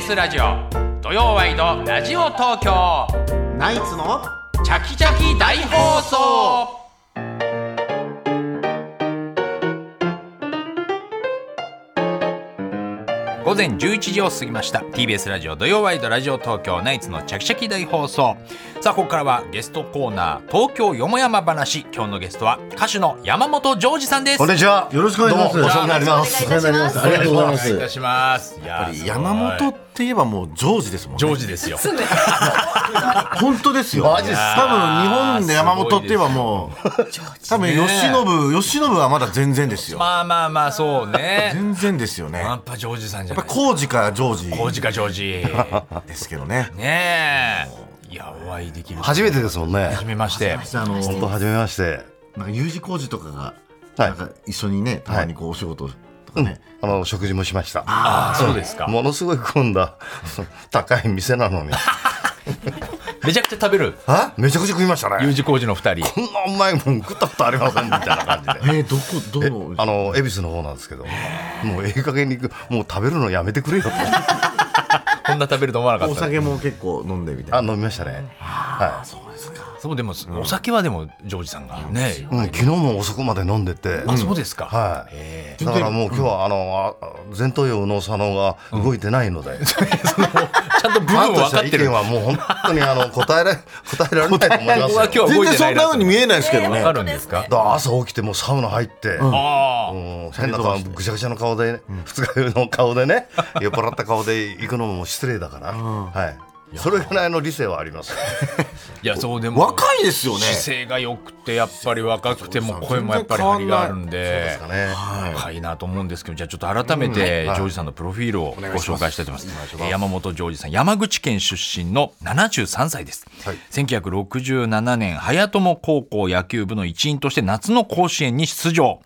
スラジオ土曜ワイドラジオ東京ナイツのチャキチャキ大放送午前11時を過ぎました TBS ラジオ土曜ワイドラジオ東京ナイツのチャキチャキ大放送さあここからはゲストコーナー東京よもやま話今日のゲストは歌手の山本ジョージさんですこんにちは。よろしくお願いしますどうもお世話になりまおす。願いいたしますありがとうございまお願いいすたしますややっぱり山本って言えばもうジョージですもんね。ジョージですよ本当ですよマジっすいや多分日本で山本って言えばもう、多分吉信、吉信はまだ全然ですよ。まあまあまあそうね。全然ですよね。ややっっぱジョージさんじゃなぱい。工事かジョコーージジかジョージ。 ですけどね。ねえ。いやお会いできる。は初めてですもんねじ。めまして。あの本当初めまして。なんか U 字工事とかがはいなんか一緒にねたまにこうお仕事とかねあの食事もしました。ああそうですか。ものすごい混んだ高い店なのに。めちゃくちゃ食べる。あめちゃくちゃ食いました U ね。字工事の二人。こんなうまいもん食ったことありませんみたいな感 じで。えーどこどのあの恵比寿の方なんですけど、もうええ加減にもう食べるのやめてくれよと。こんな食べると思わなかおった。酒も結構飲んでみたいあな飲みましたね。はい。そうでもお酒はでもジョージさんがね。うん昨日も遅くまで飲んでて。あそうですか。はい。えだからもう今日はあのあ前頭葉の左脳が動いてないので、え。そのちゃんと部分あをんた分たちかのっ意て見る。はもう本当にあの答えられ答えられないと思いまここすはよ今日は動全い然てそなんいななと風に見えないですけどわねかるんですか。だから朝起きてもうサウナ入って、ああ。うん変な顔ぐちゃぐちゃの顔で、ね二日酔いの顔でね 酔っ払った顔で行くのも失礼だから、はい、それぐらいの理性はありますいやそうでも。若いですよね姿勢が良くてやっぱり若くても声もやっぱり張りがあるんで。だね深いなと思うんですけど、じゃあちょっと改めて、ジョージさんのプロフィールをご紹介したいと思います。えー山本ジョージさん、山口県出身の73歳です。はい1967年、早友高校野球部の一員として夏の甲子園に出場。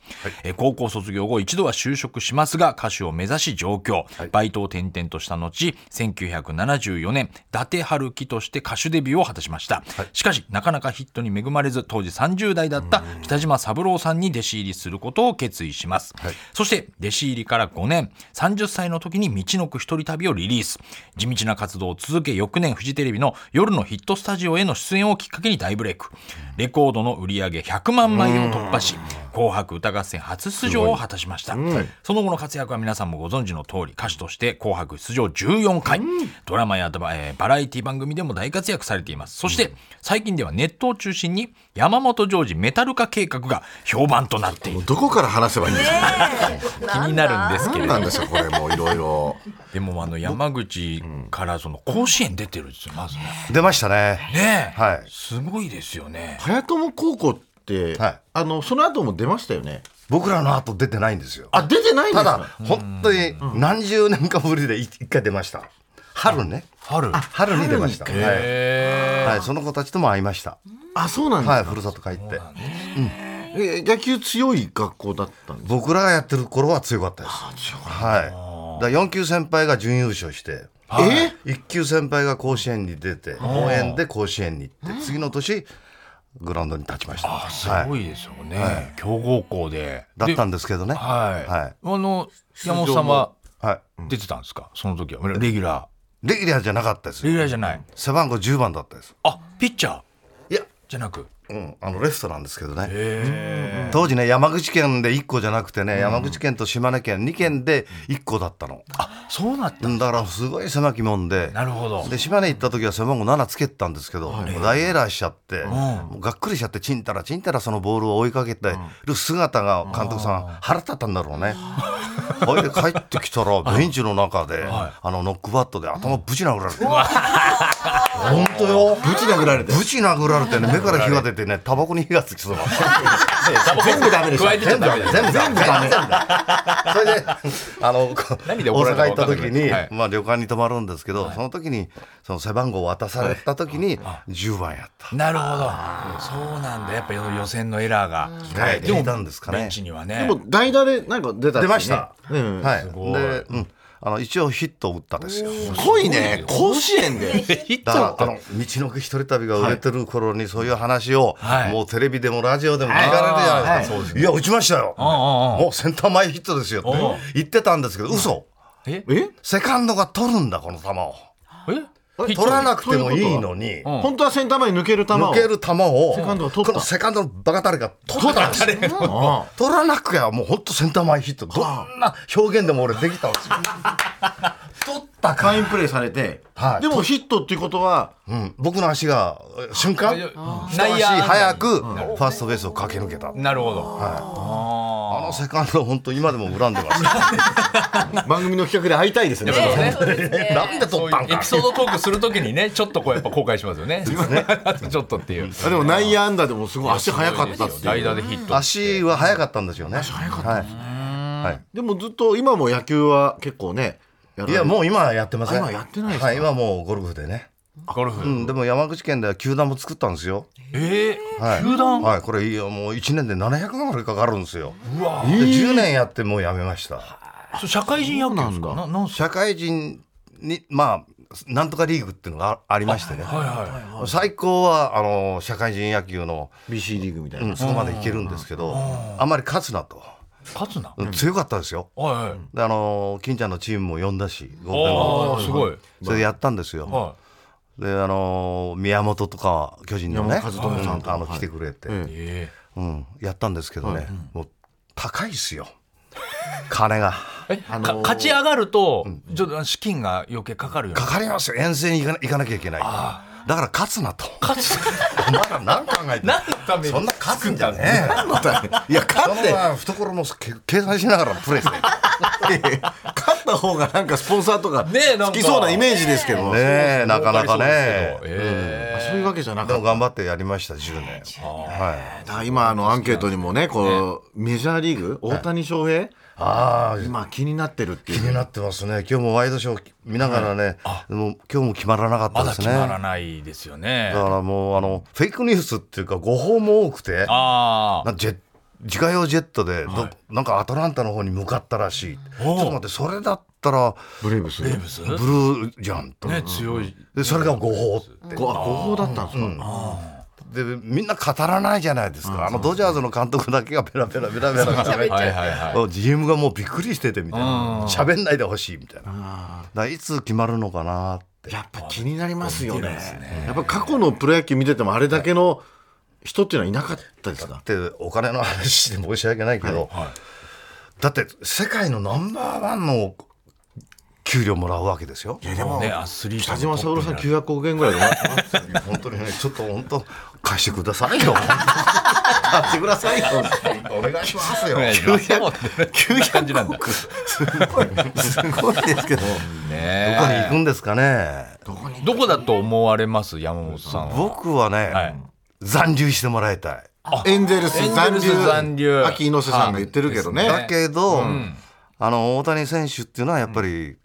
えー高校卒業後、一度は就職しますが、歌手を目指し上京。バイトを転々とした後、1974年、伊達春樹として歌手デビューを果たしました。しかし、なかなかヒットに恵まれず、当時30代だった北島三郎さんに弟子入りすることを決意します。そして、弟子入りから5年、30歳の時に道のく一人旅をリリース。地道な活動を続け、翌年フジテレビの夜のヒットスタジオへの出演をきっかけに大ブレイク。レコードの売り上げ100万枚を突破し、紅白歌合戦初出場を果たしました。その後の活躍は皆さんもご存知の通り、歌手として紅白出場14回、ドラマやバ,、えーバラエティ番組でも大活躍されています。そして、最近ではネットを中心に山本ジョージメタル化計画が評判となっている。どこから話せばいいんですか気になるんですけれ何どなんですかこれもういろいろでもあの山口からその甲子園出てるんですよ、まずね。出ましたねねえ、はいすごいですよね。 早友高校ってはいあのその後も出ましたよね僕らの後出てないんですよあ出てないんでたすだか本当に何十年かぶりでい一回出ました春ね春。春に出ました、春はいへはい、その子たちとも会いましたあそうなんですはいかふるさと帰ってえ野球強い学校だったんです僕らがやってる頃は強かったですはいだ4級先輩が準優勝してえ1級先輩が甲子園に出て応援で甲子園に行って次の年グラウンドに立ちましたーすはごい、いですよね。強豪校で。だったんで。ですけどねはい。はあの、山本さんはは出てたんですかその時は。レギュラい、レギュラーじゃなかったですー。レギよュラーじゃない。背番号10番だったですあ、ピッチャーいや、じゃなく。うん、あのレフトなんですけどねへ当時ね山口県で1個じゃなくてね、山口県と島根県2県で1個だったのあ、そうなった。だからすごい狭きもんでなるほど。で島根行った時は背番号7つけてたんですけど、もう大エラーしちゃって、もうがっくりしちゃってちんたらちんたらそのボールを追いかけてる姿が監督さん腹立ったんだろう ね。それで帰ってきたらベンチの中で、あのノックバットで頭ぶち殴られて、 本当よぶち殴られてぶち殴られてね目から火が出てねタバコに火がつきそうだ全部ダメで し加えてちゃ全部ダダメメだ。全部ダメそれであのこ何で大怒られたか分か阪行ったんない時に、はいまあ、旅館に泊まるんですけど、その時にその背番号渡された時に10番やったなるほど。そうなんだ。やっぱ予選のエラーが。はいでも出たんですかねベンチにはね。でも代打でなんか出たってね出ました、うんはいごいで、うん、あの一応ヒットを打ったんですよすごいね甲子園でだからあの道のく一人旅が売れてる頃にそういう話を、はいもうテレビでもラジオでも聞かれるじゃないですか、い、や打ちましたよんうんうんもうセンター前ヒットですよって言ってたんですけど嘘ええセカンドが取るんだこの球をえピッチャー取らなくてもいいのにうん本当はセンター前に抜ける球を抜ける球をセカンドが取ったこのセカンドのバカタレが取ったんですよあ取らなくやもう本当センター前ヒットどんな表現でも俺できたんですよ取ったあファインプレーされて、はいでもヒットっていうことはうん、僕の足がえ瞬間いや一内足野早くファーストベースを駆け抜けた、なるほど。あのセカンド本当今でも恨んでます、番組の企画で会いたいですねやっぱそうねそうですねなんでそ取うっいたんうエかピソードトークするときにね、ちょ っとこうやっぱ後悔しますよね。あ とちょっとっていう。あでも内野安打でもすごい足速かったってい代う打でヒット。足は速かったんですよね足速かった、はいはいでもずっと今も野球は結構ねやらいれやもう今はやってませんあ今やってないですかはい、今はもうゴルフでね、ゴルうフ。ん、でも山口県では球団も作ったんですよ、ええ。はい、球団はいこれいいよもう1年で700万ぐらいかかるんですようわで10年やってもうやめましたそれ社会人野球ですかそうなんだななんす社会人にまあなんとかリーグっていうのがあありましてね、はいは最高はあの社会人野球の、 BC リーグみたいな、うんそこまでいけるんですけど、あんまり勝つなと、い。勝つな。うん強かったですよ。はいはい。であの金ちゃんのチームも呼んだし、ゴールデンあボあ、ーイすごい。それでやったんですよ。はであの宮本とか巨人のね、宮本和知さんとうんあの来てくれて、えい。えうんやったんですけどね、もう高いっすよ。金がえ。え、かあのー勝ち上がると、ちょっと資金が余計かかるよねか。かりますよ。遠征に行かな行かなきゃいけない。だから勝つなと。勝つ。 お前ら何考えてんの何のためにそんな勝つんじゃねえよ。いや勝そっのてまま懐もけ計算しながらプレイして。勝った方がなんかスポンサーとかねえなんかつきそうなイメージですけど、ねえ、なかなかえね。え。あそういうわけじゃなでかもった頑張ってやりました、10年。はい。だから今あのアンケートにもねこうメジャーリーグ大谷翔平、ああ、今気になってるってい気うになってますね。今日もワイドショー見ながらね、でも今日も決まらなかっまただです決ね。まらだないですよね。からもう、あの、フェイクニュースっていうか、誤報も多くて、ああ。なんかジェ自家用ジェットでど、なんかアトランタの方に向かったらしい。ちょっと待って、それだったら、ブレイブスブレーブスブルーじゃんと。ね、強い。で、それが誤報って。ごあ誤報だったんですか、でみんな語らないじゃないですか、あのドジャーズの監督だけがペラペラペラペラ 喋って、はいはいはいうん GM がもうびっくりしててみたいうんな喋んないでほしいみたいなだからいつ決まるのかなってやっぱ気になりますよねすやっぱ過去のプロ野球見ててもあれだけの人っていうのはいなかったですかでお金の話で申し訳ないけど、だって世界のナンバーワンの給料もらうわけですよでもね、アスリート北の島トッ三プ郎にさなんる900億円ぐらい で本当にねちょっと本当貸してくださいよ貸してくださいよ お願いしますよね900じなんだ。すごいですけどどこに行くんですかねどこだと思われます山本さんは。僕はね、はい残留してもらいたいエンゼルスエンゼ残ルス留残留秋猪瀬さんが言ってるけどねはいだけど、あの大谷選手っていうのはやっぱり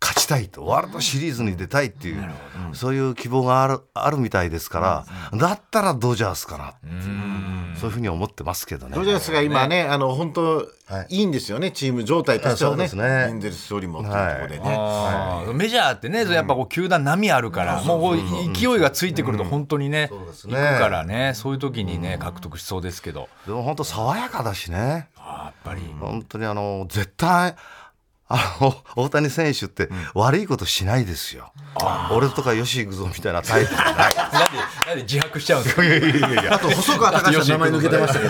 勝ちたいとワールドシリーズに出たいっていう、そういう希望があるあるみたいですから、だったらドジャースかな、そういうふうに思ってますけどね。ドジャースが今ねあの本当はいいいんですよねチーム状態としてはあそうでねすねエンゼルスよりもっていうところでねあーメジャーってね、やっぱこう球団波あるから、もうこう勢いがついてくると本当にね、そうです行くねからね、そういう時にね、獲得しそうですけど、でも本当爽やかだしね、やっぱり、本当にあの絶対あの 大谷選手って悪いことしないですよ。俺とか吉幾三みたいなタイプじゃない。なんで、なんで自白しちゃうんですかいやいやいやいやあと細川隆史さん名前抜けてましたけ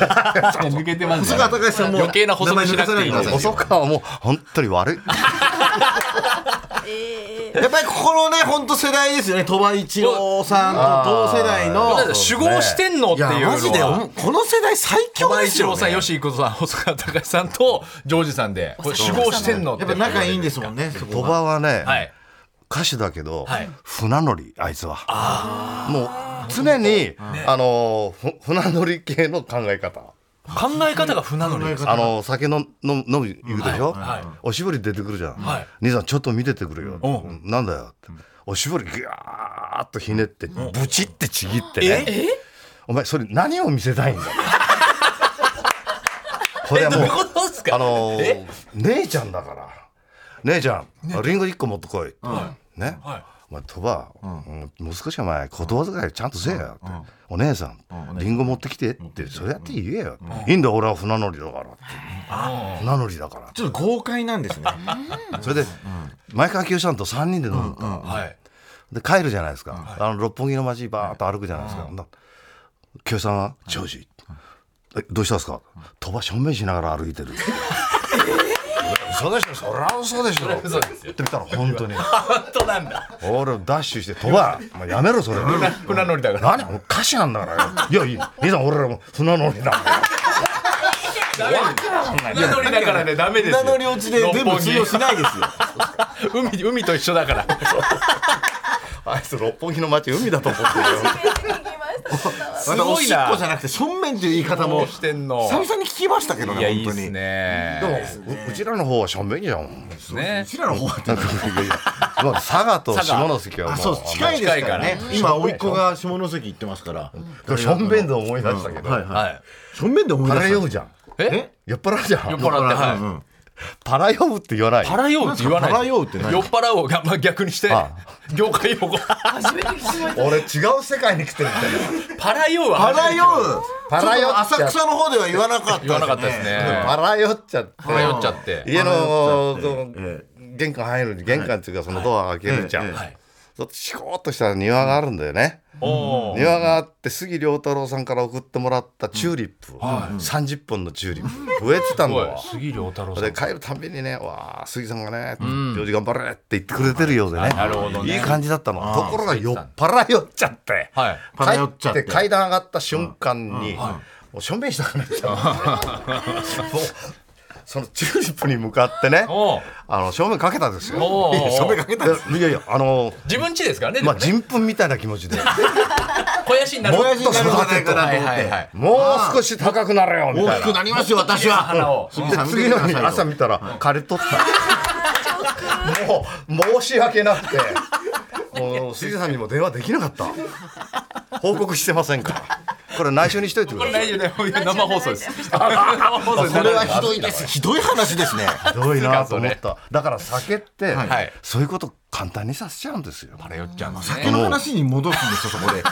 ど抜けてますね細川隆史さんも余計な補足しなくていい名前抜かせないでください 細川も本当に悪い。やっぱりここのね本当世代ですよね鳥羽一郎さんと同世代の主語してんのっていうのは。ほんこの世代最小強で林す一郎よさん、ね吉幾三さん、細川隆さんとジョージさんで、これ、主合してんのって。やっぱ仲いいんですもんねそ鳥こは羽はね、はい。歌手だけど、はい船乗りあいつはもう常に、あのふ船乗り系の考え方考え方が船乗りです。あの酒のの飲み行くでしょ、はいはいおしぼり出てくるじゃん、はい兄さんちょっと見ててくれよ、うんうんなんだよっておしぼりギャーッとひねってブチってちぎってね、お前それ何を見せたいん だこれはどうもいううことですあかのー姉ちゃんだから姉ちゃん、リンゴ1個持ってこい、ね、はお前、鳥羽、うん、もう少しは前、言葉遣いちゃんとせえよって、お姉さん、リンゴ持ってきてって、それやって言えよって、いいんだ、俺は船乗りだからって、船乗りだから。ちょっと豪快なんですね。それで、前川清さんと3人で飲むのはい。で帰るじゃないですか、あの六本木の街バーッと歩くじゃないですか、ほんだら清さんは「長司、えどうしたんですか?」鳥羽しょんべんしながら歩いてる」 嘘でしょそりゃ嘘でしょ嘘ですよって見たら本当に本当なんだ。俺ダッシュして「鳥羽お前やめろそれ船乗りだから。何俺歌詞なんだからよいやいい兄さん俺らも船乗りだから船乗りだからね、ダメですよ。船乗り落ちで全部通用しないですよ。六本木海、海と一緒だから。あいつ六本木の街海だと思ってるよすまたおごいしっこじな。ゃなくて、正面という言い方どもう、してんの。久々に聞きましたけどいや、ね、いい本で当すに。ね。でもううちらの方はしょんべんじゃんねう。ちらの方はなんかいやいやまあ佐賀と下関はもあ、うそう、近いですからね近いか。ら今、甥っ子が下関行ってますから。これしょんべんで思い出したけど、はいは。はいい。正面で思いパ出ラし呼た。ぶじゃんえ酔っ払うじゃ酔っん払って、はい。うんパラ呼ぶって言わないパラ酔うって言わない。パラ酔うって何酔っ払おうが、まあ、逆にしてあ。業界用語。 俺違う世界に来てるみたいなパラ酔うは。パラ酔う。パちょラっ酔っちとゃ浅って草の方では言わなかったですね。言わなかったですね。パラ酔っちゃってパラ酔っちゃって。家のこえう玄関入るに玄関っていうかそのドア開けるじゃん、ええはい。ちょっとシコーっとした庭があるんだよね、おー庭があって杉良太郎さんから送ってもらったチューリップ、30本のチューリップ植えてたすのごいよ。杉良太郎さでん。帰るたんびにね「わあ杉さんがね行事頑張れ」って言ってくれてるようでねなるほどねいい感じだったのところが酔っ払いよっちゃってはい。パラ酔っち帰ゃっってて階段上がった瞬間にもうしょんべんしたくなっちゃうもうそのチューリップに向かってねおーあの正面かけたんですよおーおー正面かけたんですいやいやあの自分家ですからね。でまもあね人糞みたいな気持ちで肥やしになる。もやしになるんじゃないかなはとい思っはいはい。てもう少し高くなれよみた大いきなくなりますよ、私花は。を。で次の日朝見たら枯れとった、もう申し訳なくてもう杉さんにも電話できなかった報告してませんからこれ内緒にしといてくこだれさ大い丈夫ね。生放送です。生放送です。これはひどいです。ひどい話ですね。ひどいなと思っただから酒って、はいそういうこと簡単にさせちゃうんですよパラ酔っちゃうんです酒ね。の話に戻すんですよ、そこで。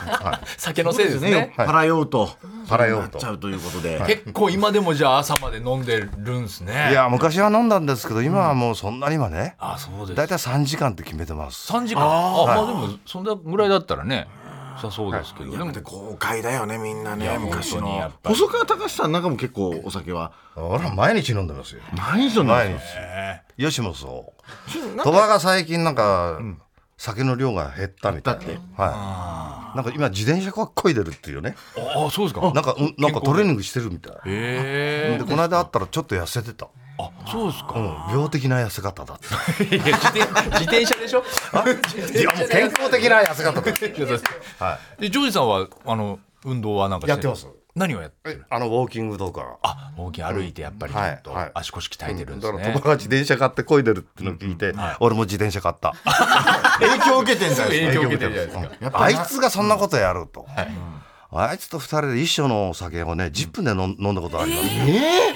酒のせいですね。パラ酔うと。パラ酔うなっとちゃうということで。結構今でもじゃあ朝まで飲んでるんですね。いや昔は飲んだんですけど今はもうそんなにはねあ、そうです。大体3時間って決めてます三時間。あ、まあでもそんなぐらいだったらね。さそうですけど。でもで豪快だよね、みんなね、昔本当にやっの。ぱり細川隆さんなんかも結構お酒は。俺は毎日飲んでますよ毎日な毎い日よしもそうの鳥羽が最近なんか酒の量が減ったみたいな減っはいなんか今自転車こ漕いでるっていうねああ、そうですか。なんかうんなんかトレーニングしてるみたいえでこの間会ったらちょっと痩せてたえ。あ、そうですうか。ん病的な痩せ方だったいや自転自転車でしょ。いやもう健康的な痩 せ方だいやそうですでジョージさんはあの運動はなんかしてるやってます。何をやってる？あのウォーキングとかあ、大きい歩いてやっぱりちょっとはいはい足腰鍛えてるんでだすからね友。達自転車買って漕いでるってのを聞いて、俺も自転車買った影響を受けてんじゃないです影か。響受けてるじゃないですか。うんあいつがそんなことやると、あいつと二人で一緒のお酒をね10分で飲ん飲んだことあります、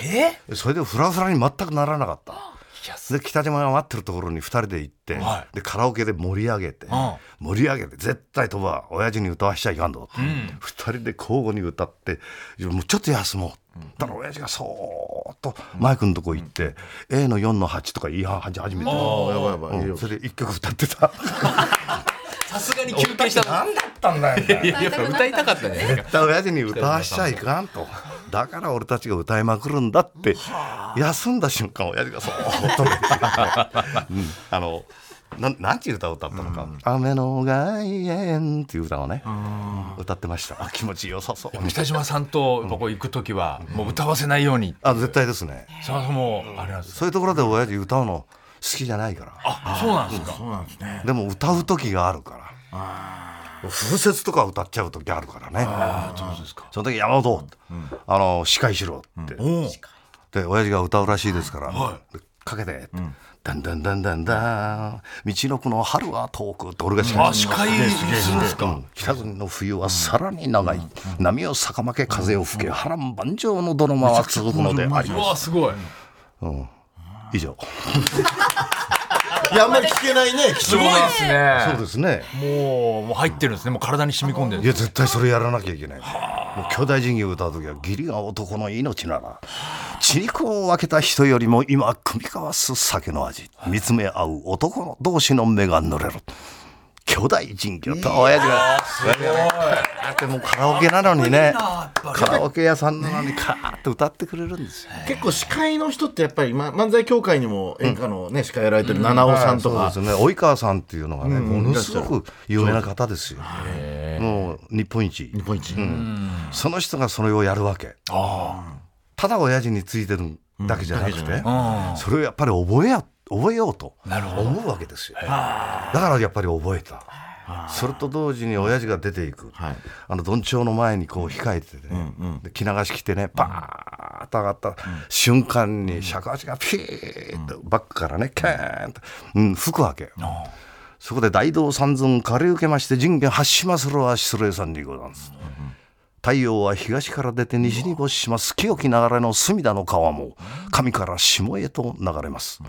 え？それでフラフラに全くならなかったいやすで北島が待ってるところに2人で行って、はでカラオケで盛り上げて、盛り上げて絶対飛ば親父に歌わしちゃいかんぞって、2人で交互に歌っていやもうちょっと休もう、だから親父がそーっとマイクのとこ行って、A の4の8とか言い始めて、あやばいやばい。うんそれで1曲歌ってたさすがに休憩したの。何だったんだよいやいや歌いたかったね。絶対親父に歌わしちゃいかんとだから俺たちが歌いまくるんだって休んだ瞬間親父がそ ーっと寝てた、うんあのなんなんていう歌を歌ったのか「雨の外苑」っていう歌をね歌ってましたあ気持ちよさそうに北島さんとやっぱこう行く時はもう歌わせないように。あ絶対ですねそもそもあれなんです。そういうところで親父歌うの好きじゃないからあ、そうなんですか。そうなんですね。でも歌う時があるから風説とか歌っちゃう時あるからねそうですか。その時山本、あの司会しろって、で親父が歌うらしいですから、でかけて、だんだんだんだんだん道のくの春は遠くって俺が司あ、会司会するんですか。うん北国の冬はさらに長い、波を逆巻け風を吹け波乱万丈の泥間は続くのでありうますわ、すごい。以上いや、あんまり聞けないね、貴す重ごいなで。すね。そうですね。もう、もう入ってるんですね。もう体に染み込んでいる。や、絶対それやらなきゃいけない。もう巨大人魚を歌うときは、義理が男の命なら、血肉を分けた人よりも今、組み交わす酒の味、見つめ合う男の同士の目が濡れる。巨大人魚と親父が、だってもうカラオケなのにね、カラオケ屋さんなのにカーって歌ってくれるんですよ。結構司会の人ってやっぱり、ま、漫才協会にも演歌のね、司会やられてる七尾さんとそうでか、すね及川さんっていうのがね、ものすごく有名な方ですよもう日本一日本一。その人がそれをやるわけただ親父についてるだけじゃなくて、それをやっぱり覚えや覚えようと思うわけですよだからやっぱり覚えたそれと同時に親父が出ていく、はいあのどんちょうの前にこう控えててね、で着流し着てねバーッと上がった瞬間に尺八がピーッとバックからねキャーンと、うん、吹くわけよそこで大道三尊借り受けまして人間発しまするは失礼さんにござんす、太陽は東から出て西に没します清き流れの隅田の川も上から下へと流れます、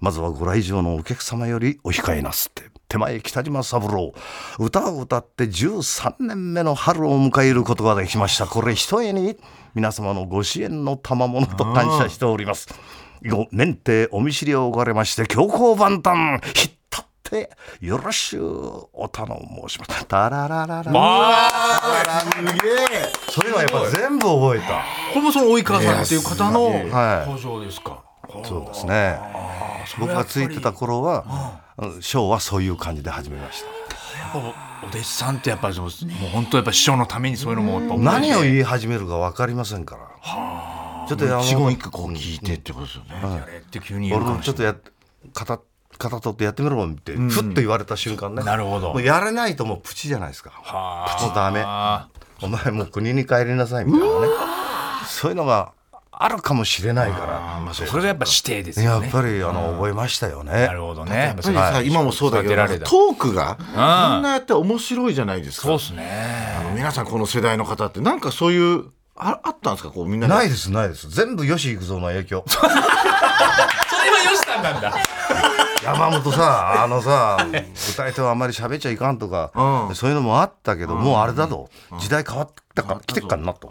まずはご来場のお客様よりお控えなすって手前北島三郎歌を歌って13年目の春を迎えることができましたこれひとえに皆様のご支援の賜物と感謝しております以後免停お見知りをおかれまして強行万端ひったってよろしゅうお頼申しますタララララそれはやっぱ全部覚えたこれもその及川さんっていう方のはい工場ですか。そうですね。僕がついてた頃は、うんショーはそういう感じで始めました。お弟子さんってやっぱりそうですもう本当やっぱ師匠のためにそういうのもやっぱ何を言い始めるか分かりませんから。ちょっと山一言本一句こう聞いてってことですよね。やれって急に言俺うかももしちょれっとやっ肩肩取ってやってみろってふっと言われた瞬間ね。なるほどもうやらないともうプチじゃないですか。はプチダメ。お前もう国に帰りなさいみたいなね。そういうのがあるかもしれないから。ない。それがやっぱ指定ですやよっね。ぱりあの覚えましたよねな。るほどね。やっぱりさ今もそうだけど、育トてられたークが、みんなやって面白いじゃないですそうかで。すね。皆さんこの世代の方って、なんかそういう、ああったんですかこうみんなでないですないです。全部吉幾三の影響。それは吉さんなんだ。山本さ、あ のさ、歌い手はあんまり喋っちゃいかんとか、そういうのもあったけど、もうあれだと、時代変わったから、来てっからなと。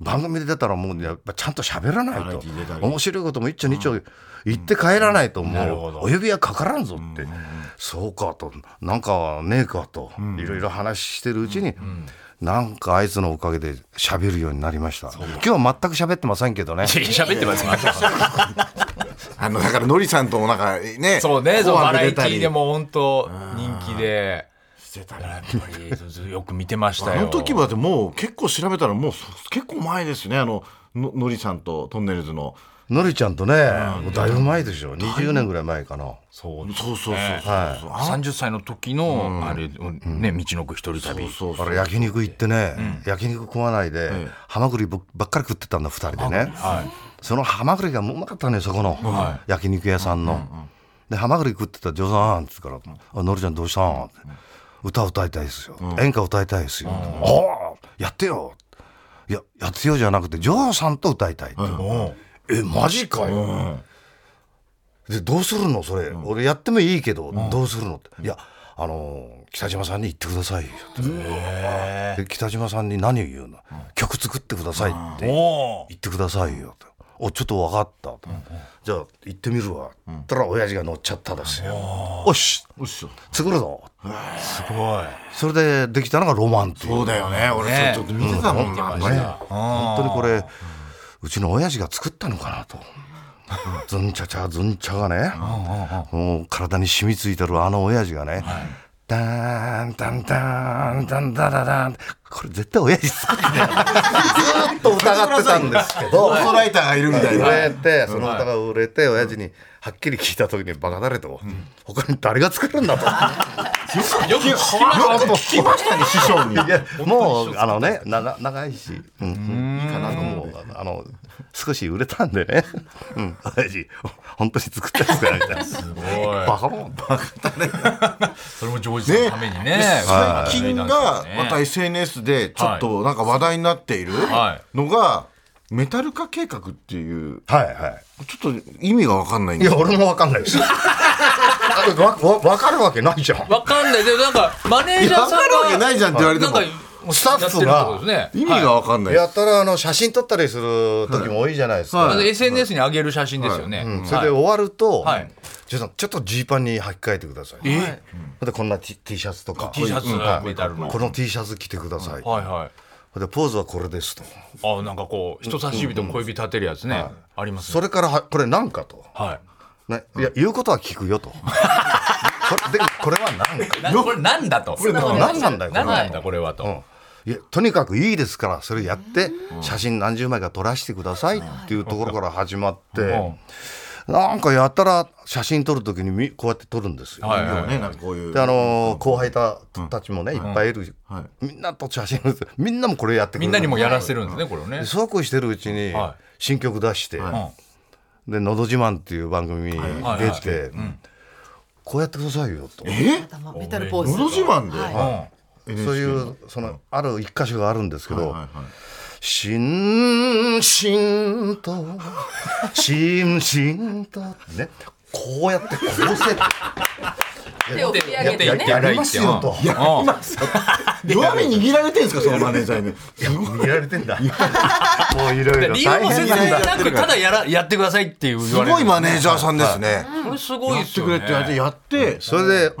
番組で出たらもうやっぱちゃんと喋らないと面白いことも一丁二丁言って帰らないともうお指はかからんぞってそうかとなんかねえかといろいろ話してるうちになんかあいつのおかげで喋るようになりました今日は全く喋ってませんけどね喋ってます。あの、だから、のりさんともなんかね、 そうね、そう紅バ白ラエ出テたィりーでも本当人気で。だからやっぱりずずよく見てましたあよ。の時はでも結構調べたらもうそ結構前ですねあのののりさんとトンネルズののりちゃんとねもうだいぶ前でしょ20年ぐらい前かな。そうそうそうそうそう、はいあ三十歳の時のあれね道のく一人旅。そうそあうれ焼肉行ってね、焼肉食わないで、ハマグリばっかり食ってたんだ2人でね、そのハマグリがもううまかったねそこの、焼肉屋さんの、でハマグリ食ってた「ジョさん」っつうから「あのりちゃんどうしたん?」って「歌歌いたいですよ、演歌歌いたいですよ」おーやってよ」いややってよじゃなくてジョさんと歌いたい」ってえマジかよ」でどうするのそれ、俺やってもいいけど、どうするのっていやあのー北島さんに言ってくださいよで北島さんに何を言うの、曲作ってくださいって言おお。ってくださいよとおちょっと分かったと、じゃあ行ってみるわ、ったら親父が乗っちゃったですよ、おしうっしょ作るぞすごい。それでできたのがロマンっていうそうだよね俺ねそれちょっと見てたもんな、ねね本当にこれうちの親父が作ったのかなと。ずんちゃちゃずんちゃがね、もう体に染みついてるあの親父がね、ダーンダンダーンダンダダダンこれ絶対親父作ってずーっと疑ってたんですけどオーソライターがいるみたいな、売れてその歌が売れて親父にはっきり聞いた時にバカだれと、他に誰が作るんだと。よく聞きま した。聞きましたね師匠にいやもうあのね長長いし、うん、いいかなと思うあの少し売れたんでね、うん、親父本当に作ったやつだよみたいなすごいバカもんバそれも上司のためにね。最近がねまた SNS でちょっとなんか話題になっているはのがメタル化計画っていうはいはちょっと意味が分かんないんい。いですや、俺もわかんないです。わ、わ、わかるわけないじゃん。わかんないでもなんかマネージャーさんがいやわかるわけないじゃんって言われてもなんかスタッフがやってるってことですね意味が分かんないやったら、あの、写真撮ったりする時も多いじゃないですか。あの SNS に上げる写真ですよね、それで終わると、はいジョーさんちょっとジーパンに履き替えてください。えでこんな T, T シャツとか T シャツはいメタルのこの T シャツ着てください。はいはいでポーズはこれですと。あなんかこう人差し指と小指立てるやつね、ありますねそれからはこれなんかと。はいね、いや言うことは聞くよ と。これでこれはなんか。なこれなんだとこれ何なんだよこれは何なんだこれはと、うんいやとにかくいいですからそれやって写真何十枚か撮らせてくださいっていうところから始まってなんかやったら写真撮る時にみこうやって撮るんですよ。はいはいねなんかこういうであのー後輩たたちもねいっぱいいるみんなと写真写みんなもこれやってくみれるんなにもやらせてるんですね、これをねで。そうこうしてるうちには新曲出してうんは「でのど自慢」っていう番組にはい出てこうやってくださいよとえ頭メタルポーズ。のど自慢ではいそういうそのある一箇所があるんですけはどいはいしんしんと、しんしんと、ね、こうやってこうせ手を振り上げやてっねて。やりますよと。弱み握られてんすかそのマネージャーに見られてんだ。 もういろいろ理由大もせ変ずなんだ。なくただやらやってくださいっていうす言われごいるマネージャーさんですねこれすごいやでっすてよくねれって言われてやってそれで、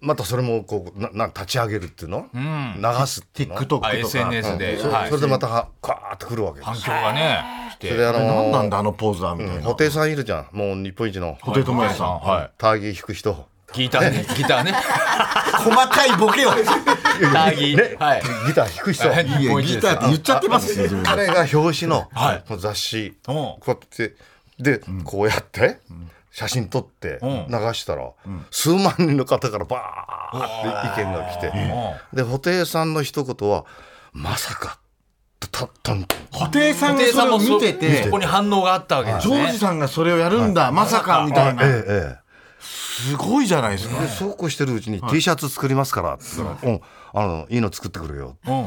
またそれもこう、な、な、立ち上げるっていうの流すっていうの。 TikTok とあか SNS で、はいそれでまたは、カーってくるわけで反す。響がね来てそれであ何なんの、だあのポーズはみたいな布袋さんいるじゃん。もう日本一の、布袋寅泰さんはターギー弾く人。いギターねギターね細かいボケをターギーはいギター弾く人。日本一ギでタすーって言っちゃってますね自分で彼が表紙のはいこの雑誌、うんこうやってで、こうやって写真撮って流んしたら、数万人の方からバーって意見が来て、で布袋さんの一言は「まさか」とたったん布袋さんが布袋そさんれをもそ見ててそこに反応があったわけですジねョージさんがそれをやるんだまさかみたいええなえすごいじゃないですかえでそうこうしてるうちに T シャツ作りますからって言ったらうん、あのいいの作ってくれようん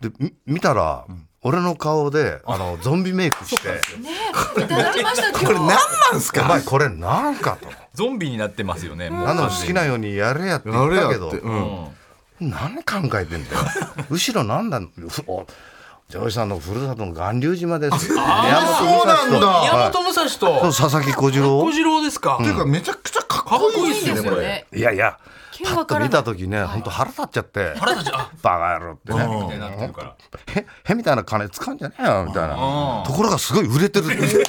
でみ見たら、俺の顔であのゾンビメイクしていただきました今日。これ何なんす「おか前これなんか」とゾンビになってますよねも「う何でも好きなようにやれや」って言あっれたやけっど、て何考えて んだよ後ろ何なんだふお上司さんのふるさとの巌流島ですそうなんだ宮はい本武蔵そとう佐々木小次郎小次郎ですかていうかめちゃくちゃかかっっここいいいいでですねすねですよね。いやいや急パにッわとからない見た時ね本当腹立っちゃって腹立ちあバカ野郎ってねみたいになってるからへへみたいな金使うんじゃねえよみたいなところがすごい売れてる売れてる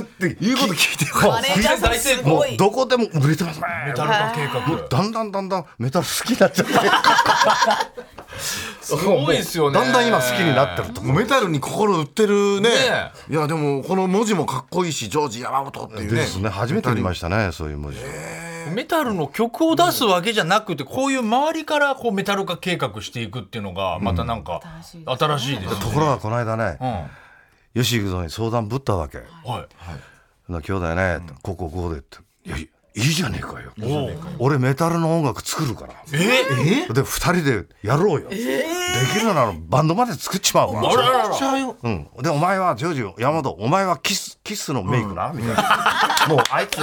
って言うこと聞いてよかっマネージャーさんすもごうい。どこでも売れてますねダルダ計画だんだんだんだんメタル好きになっちゃってすごいですよねだんだん今好きになってるとたもうメタルに心売ってるねねいやでもこの文字もかっこいいしジョージ山本っていうでねすね初めて見ましたねそういう文字メタルの曲を出すわけじゃなくて、こういう周りからこうメタル化計画していくっていうのが、またなんか、新しいですとね。ころがこの間ねうん。吉幾三に相談ぶったわけはい。な兄弟ね、こここうでって「いやいいじゃねえかよおう俺メタルの音楽作るから」えで二人でやろうよ、できるならバンドまで作っちまおうあらな、らら。うん、でお前はジョージ山本お前はキスキスのメイクな、みたいなもうあいつ語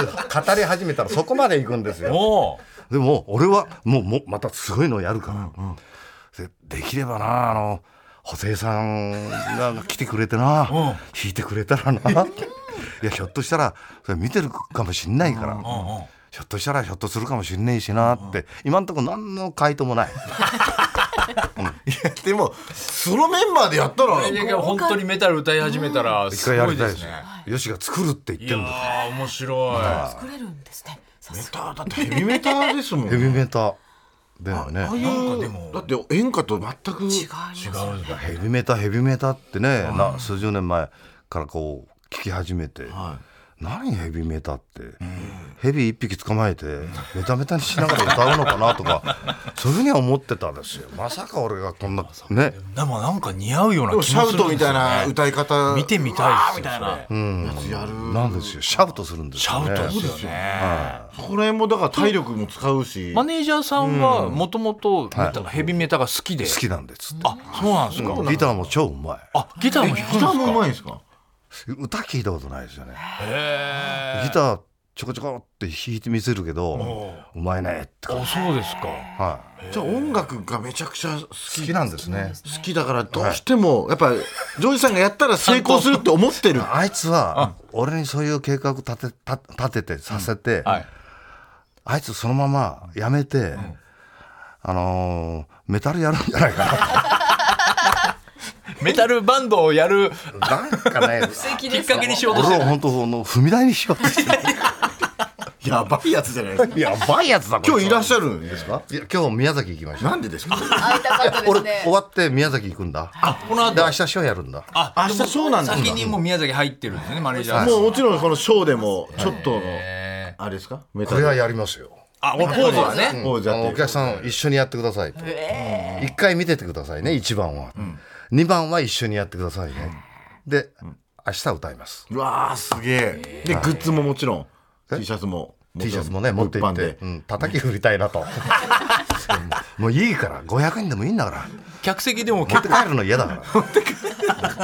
り始めたらそこまで行くんですよおうでも俺はもうもうまたすごいのやるから、でできればなあの布袋さんが来てくれてな、弾いてくれたらないやひょっとしたらそれ見てるかもしんないから、ひょっとしたらひょっとするかもしんねえしなって、今んとこ何の回答もないでもそのメンバーでやったらいやいや本当にメタル歌い始めたら、一す回やごいりたいでですすねよ。よしが作るって言っいてやんだー、面白作れるんですね。さすが。だってヘビメタですもん ヘビメタだよねああいなんかでうもだって演歌と全く違います。い。違うヘビメタヘビメタってねな数十年前からこう聞き始めて、何ヘビメタって、ヘビ一匹捕まえてメタメタにしながら歌うのかな とかそういうふうには思ってたんですよまさか俺がこんなねでもなんか似合うような気でももするんシャですよ、ウトね、みたいな歌い方見てみたいっすよみたいなうんやるなんですよシャウトするんですシよャねウトですよねこの辺もだから体力も使うしマネージャーさんはもともとヘビメタが好きで、好きなんでっつってあそうなんですか、ギターも超うまいあギターも弾くんです歌もうまかいんですか歌聞いたことないですよねへギターちょこちょこって弾いてみせるけどうまいねってー感あじそうですかはいじゃあ音楽がめちゃくちゃ好好ききなんですね好きだからどうしてもやっぱジョージさんがやったら成功するって思ってるあいつは俺にそういう計画立てた立ててさせて、はいあいつそのままやめて、あのーメタルやるんじゃないかメタルバンドをやる ななんかね素敵きでっすかけにしようとして俺るを本当その踏み台にしようってやばいやつじゃないですか やばいやつだ 今日いらっしゃゃるんですかいや今日宮崎行きましたなんでですか会いたかったです俺ね終わって宮崎行くんだあこので後明日ショーやるんだあ明日そうなんですか先にもう宮崎入ってるんですねマネージャーさんもうもちろんこのショーでもちょっとのへーあれですかメこタれルはやりますよあこのポーズはねポーズやあっのてお客さん一緒にやってくださいと一回見ててくださいね一番は二番は一緒にやってくださいねで明日歌いますうわーすげえでグッズももちろん T シャツも T シャツもね持って行物っ販てで、うん、叩き振りたいなと もういいから500円でもいいんだから客席でも持結って帰るの嫌だ から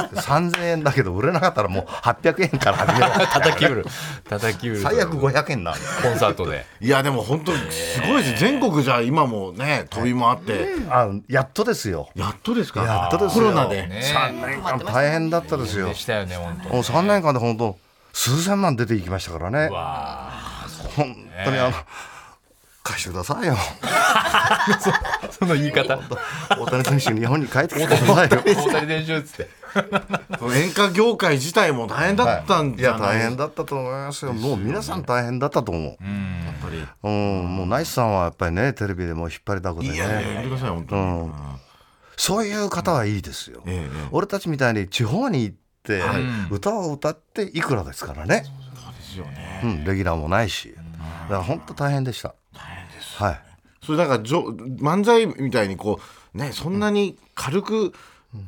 3000円だけど売れなかったらもう800円から始 めよう叩き売る叩き売る最悪500円なのコンサートでいやでも本当にすごいです全国じゃ今もね飛び回ってあやっとですよやっとですかやっとですよコロナでね3年間大変だったですよでしたよね本もう3年間で本当数千万出ていきましたからね当わ本当にあの貸してくださいよーその言い方大谷選手日本に帰ってきてくださいよ大谷練習っつってこの演歌業界自体も大変だったんいじゃなやい大です変だったと思いますよもう皆さん大変だったと思ううんもうナイスさんはやっぱりねテレビでもう引っ張りだこでいやいややねめてください本当うんそういう方はいいですよええ俺たちみたいに地方に行って歌を歌っていくらですからねですよねうんレギュラーもないしだから本当大変でしたはいそれなんかじょ漫才みたいにこうねそんなに軽く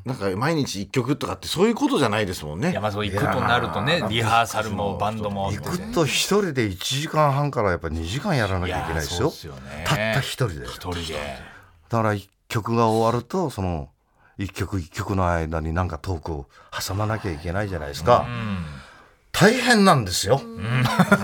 なんか毎日一曲とかってそういうことじゃないですもんねいやまあそう行くとなるとねリハーサルもバンドも行くと一人で1時間半からやっぱ2時間やらなきゃいけないですよいやそうっすよねたった一人で一人でだから一曲が終わるとその一曲一曲の間になんかトークを挟まなきゃいけないじゃないですか、大変なんですよ、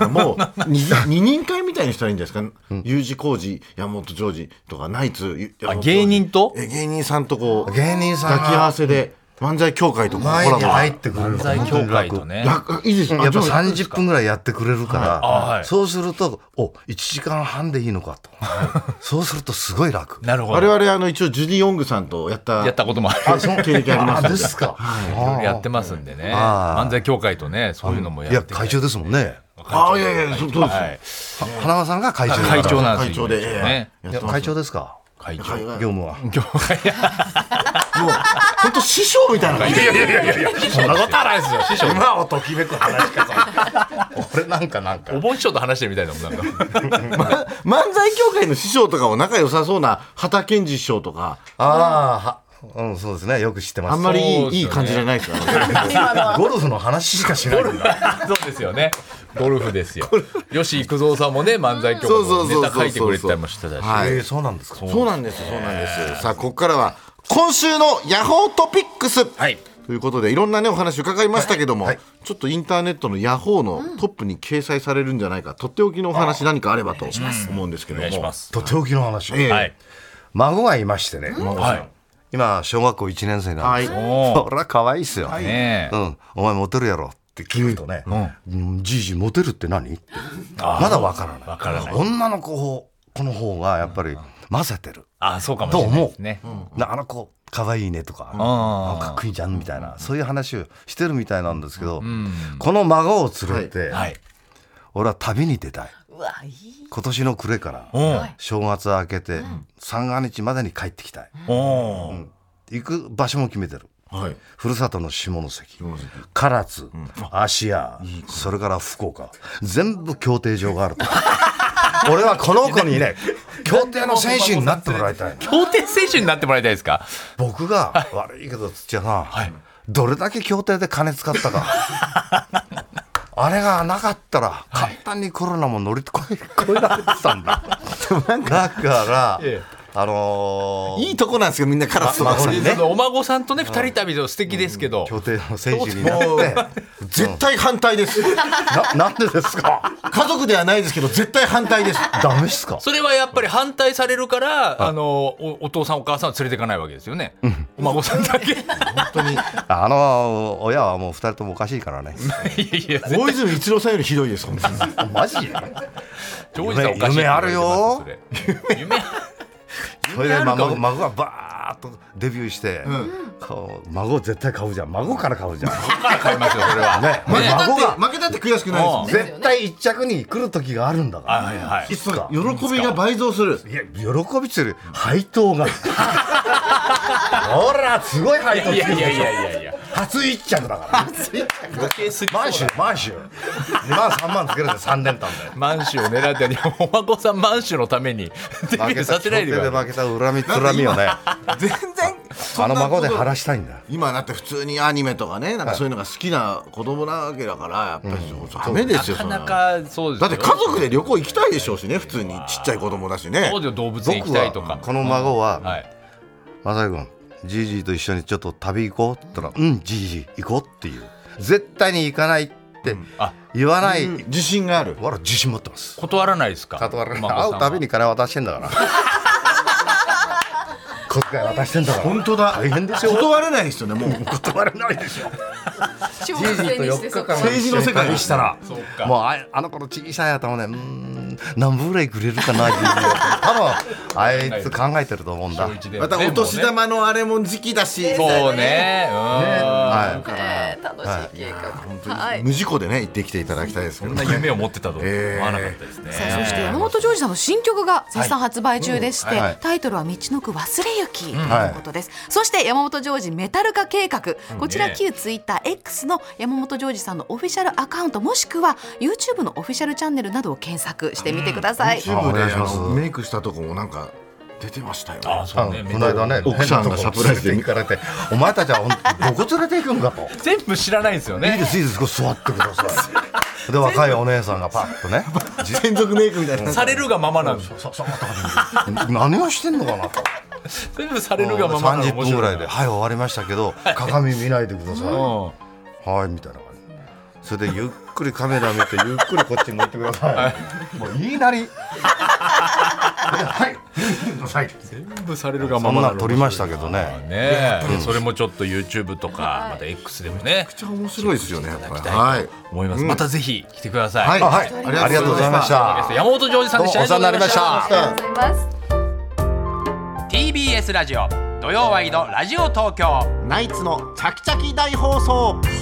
もう二二人会みたいにしたらいいんじゃないですか U 字工事山本譲二とかナイツゆ山あ本芸人とえ芸人さんとこう抱芸人さんき合わがせで漫才協会とか前コラにボ入っがてくれる漫才協会とね楽いいですやっぱあ上手30分ぐらいやってくれるから、あはいそうするとお1時間半でいいのかとそうするとすごい楽 なるほ我ど々あの一応ジュディ・ヨングさんとやったやったこともあるあそう経歴ありますあんでですか、やってますんでねあー漫才協会とねそういうのもやいやって会長ですもんねあいやいやそうそうですはよいは花輪さんが会長会長なんです会長で一応ねええいや会長ですか会長はいはい業務は協会いやもう本当師匠みたいな感じいやいやいやそんなことはないですよ師匠今をときめく話し方俺なんかなんかお盆師匠と話してるみたいだもんなんか漫才協会の師匠とかも仲良さそうな畑健二師匠とかああ、はうん、そうですね。よく知ってます。あんまりいい,、そうですよねいい感じじゃないですからねゴルフの話しかしないんだ。 そうですよねゴルフですよ吉幾三さんもね漫才協そうそう会のネそうそうタ書いてくれてたりもしてたしはいえーそうなんですか。そうなんですそうなんですさあここからは今週のヤホートピックス、はいということでいろんなねお話伺いましたけども、はいちょっとインターネットのヤホーのトップに掲載されるんじゃないかとっておきのお話何かあればと思うんですけおども願いしますとっておきの話。ええはい孫がいましてね。はい今、小学校1年生なんです。はおそりゃ可愛いっすよ。ーねうえん、お前モテるやろって聞くとね、うん、じいじモテるって何ってまだわからないわからない女の子をこの方がやっぱり混ぜてる、あそうかもしれないですねなあの子可愛いねとか、あーかっこいいじゃんみたいな、そういう話をしてるみたいなんですけど、この孫を連れて、はい俺は旅に出たいうわいい今年の暮れからお正月明けて三が日までに帰ってきたい、お行く場所も決めてる、はいふるさとの下関、唐津、芦屋、それから福岡、全部競艇場があると。 俺はこの子にね、競艇の選手になってもらいたいの。競艇選手になってもらいたいですか僕が、悪いけど土屋さん、どれだけ競艇で金使ったか。 あれがなかったら、簡単にコロナも乗り越え越えられてたんだ。だから、あのーいいとこなんですよみんなカラスとか孫さにね、お孫さんとね二人旅で素敵ですけど、競艇の選手になって、絶対反対ですななんでですか家族ではないですけど絶対反対 ですダメっすかそれはやっぱり反対されるから、あのおお父さんお母さんは連れていかないわけですよね、お孫さんだけいあの親はもう二人ともおかしいから ね。やいや大泉一郎さんよりひどいです本当にマジ上司さんおかしいって言われてますよそれ夢それでま孫孫がバーッとデビューして、こう孫絶対買うじゃん孫から買うじゃん。買いますよそれはねね、孫が負けたって悔しくないです絶対一着に来る時があるんだから。はいはいいつか。よ喜びが倍増するいや喜びつる配当が。 ほらすごい配当いつやくいやでいしょ。やいやいや初一着だから。余計すぎ満州満州。2万3万つけるで3連単で。満州を狙ってねお孫さん満州のためにデビュ負ーけさたせないでください負けた恨みつらみをね全然あの孫で晴らしたいんだ今だって普通にアニメとかねなんかそういうのが好きな子供なわけだからやっぱりそうダメですよなかそんななかそうですだよって家族で旅行行きたいでしょうしね普通にちっちゃい子供だしねそうですよ動物園行き僕たいとはかこの孫ははい「正く君じいじと一緒にちょっと旅行こう」って言ったら「うんじいじ行こう」っていう絶対に行かないってあ言わない自信があるわら自信持ってます断らないですか断られおない孫さ会んはうたびに金渡してんだから小遣い渡してんだから本当だ大変ですよ断れないですよねもう断れないでしょ小じい学じ生とに4して日そ間こは一緒に旅したらそうかもうああの子の小さい頭ねうーん何分ぐらいくれるかなじいじは多分あいつ考えてると思うんだ小一でまたお年ねも玉のあれも時期だし、うねそうねうんはね楽しい計画はい無事故でね行ってきていただきたいですけどこんなね夢を持ってたとは思わなかったですねさあそして山本譲二さんの新曲が絶賛発売中でして、はいはいタイトルは「道のく忘れゆき」とはいいうことです、そして山本譲二メタル化計画こちらね旧ツイッター X の山本譲二さんのオフィシャルアカウントもしくは YouTube のオフィシャルチャンネルなどを検索してみてください、ん YouTube お願いでしあますのメイクしたとこもなんか出てましたよあねそうねい、この間ね奥さんがサプライズで連れて行かれてお前たちはほんどこ連れて行くんかと全部知らないんですよいいでねすいいですこう座ってくださいで若いお姉さんがパッとねじ専属メイクみたいなされるがままなんですそそ何をしてんのかなと全部されるがままなの30面分白ぐならいで「はい終わりましたけど鏡見ないでください」うはいみたいな感じそれでゆっくりカメラ見てゆっくりこっち向いてくださいもう言いなりそれではい見てくださいん全部されるがそまんまななのの撮りましたけどねねえそれもちょっと YouTube とかまた X でもね面白いですよねやっぱりははいい思いますまたぜひ来てくださいあはいありがとうございました山本譲二さんでしたどうもお世話になりましたありがとうございます TBS ラジオ土曜ワイドラジオ東京ナイツのチャキチャキ大放送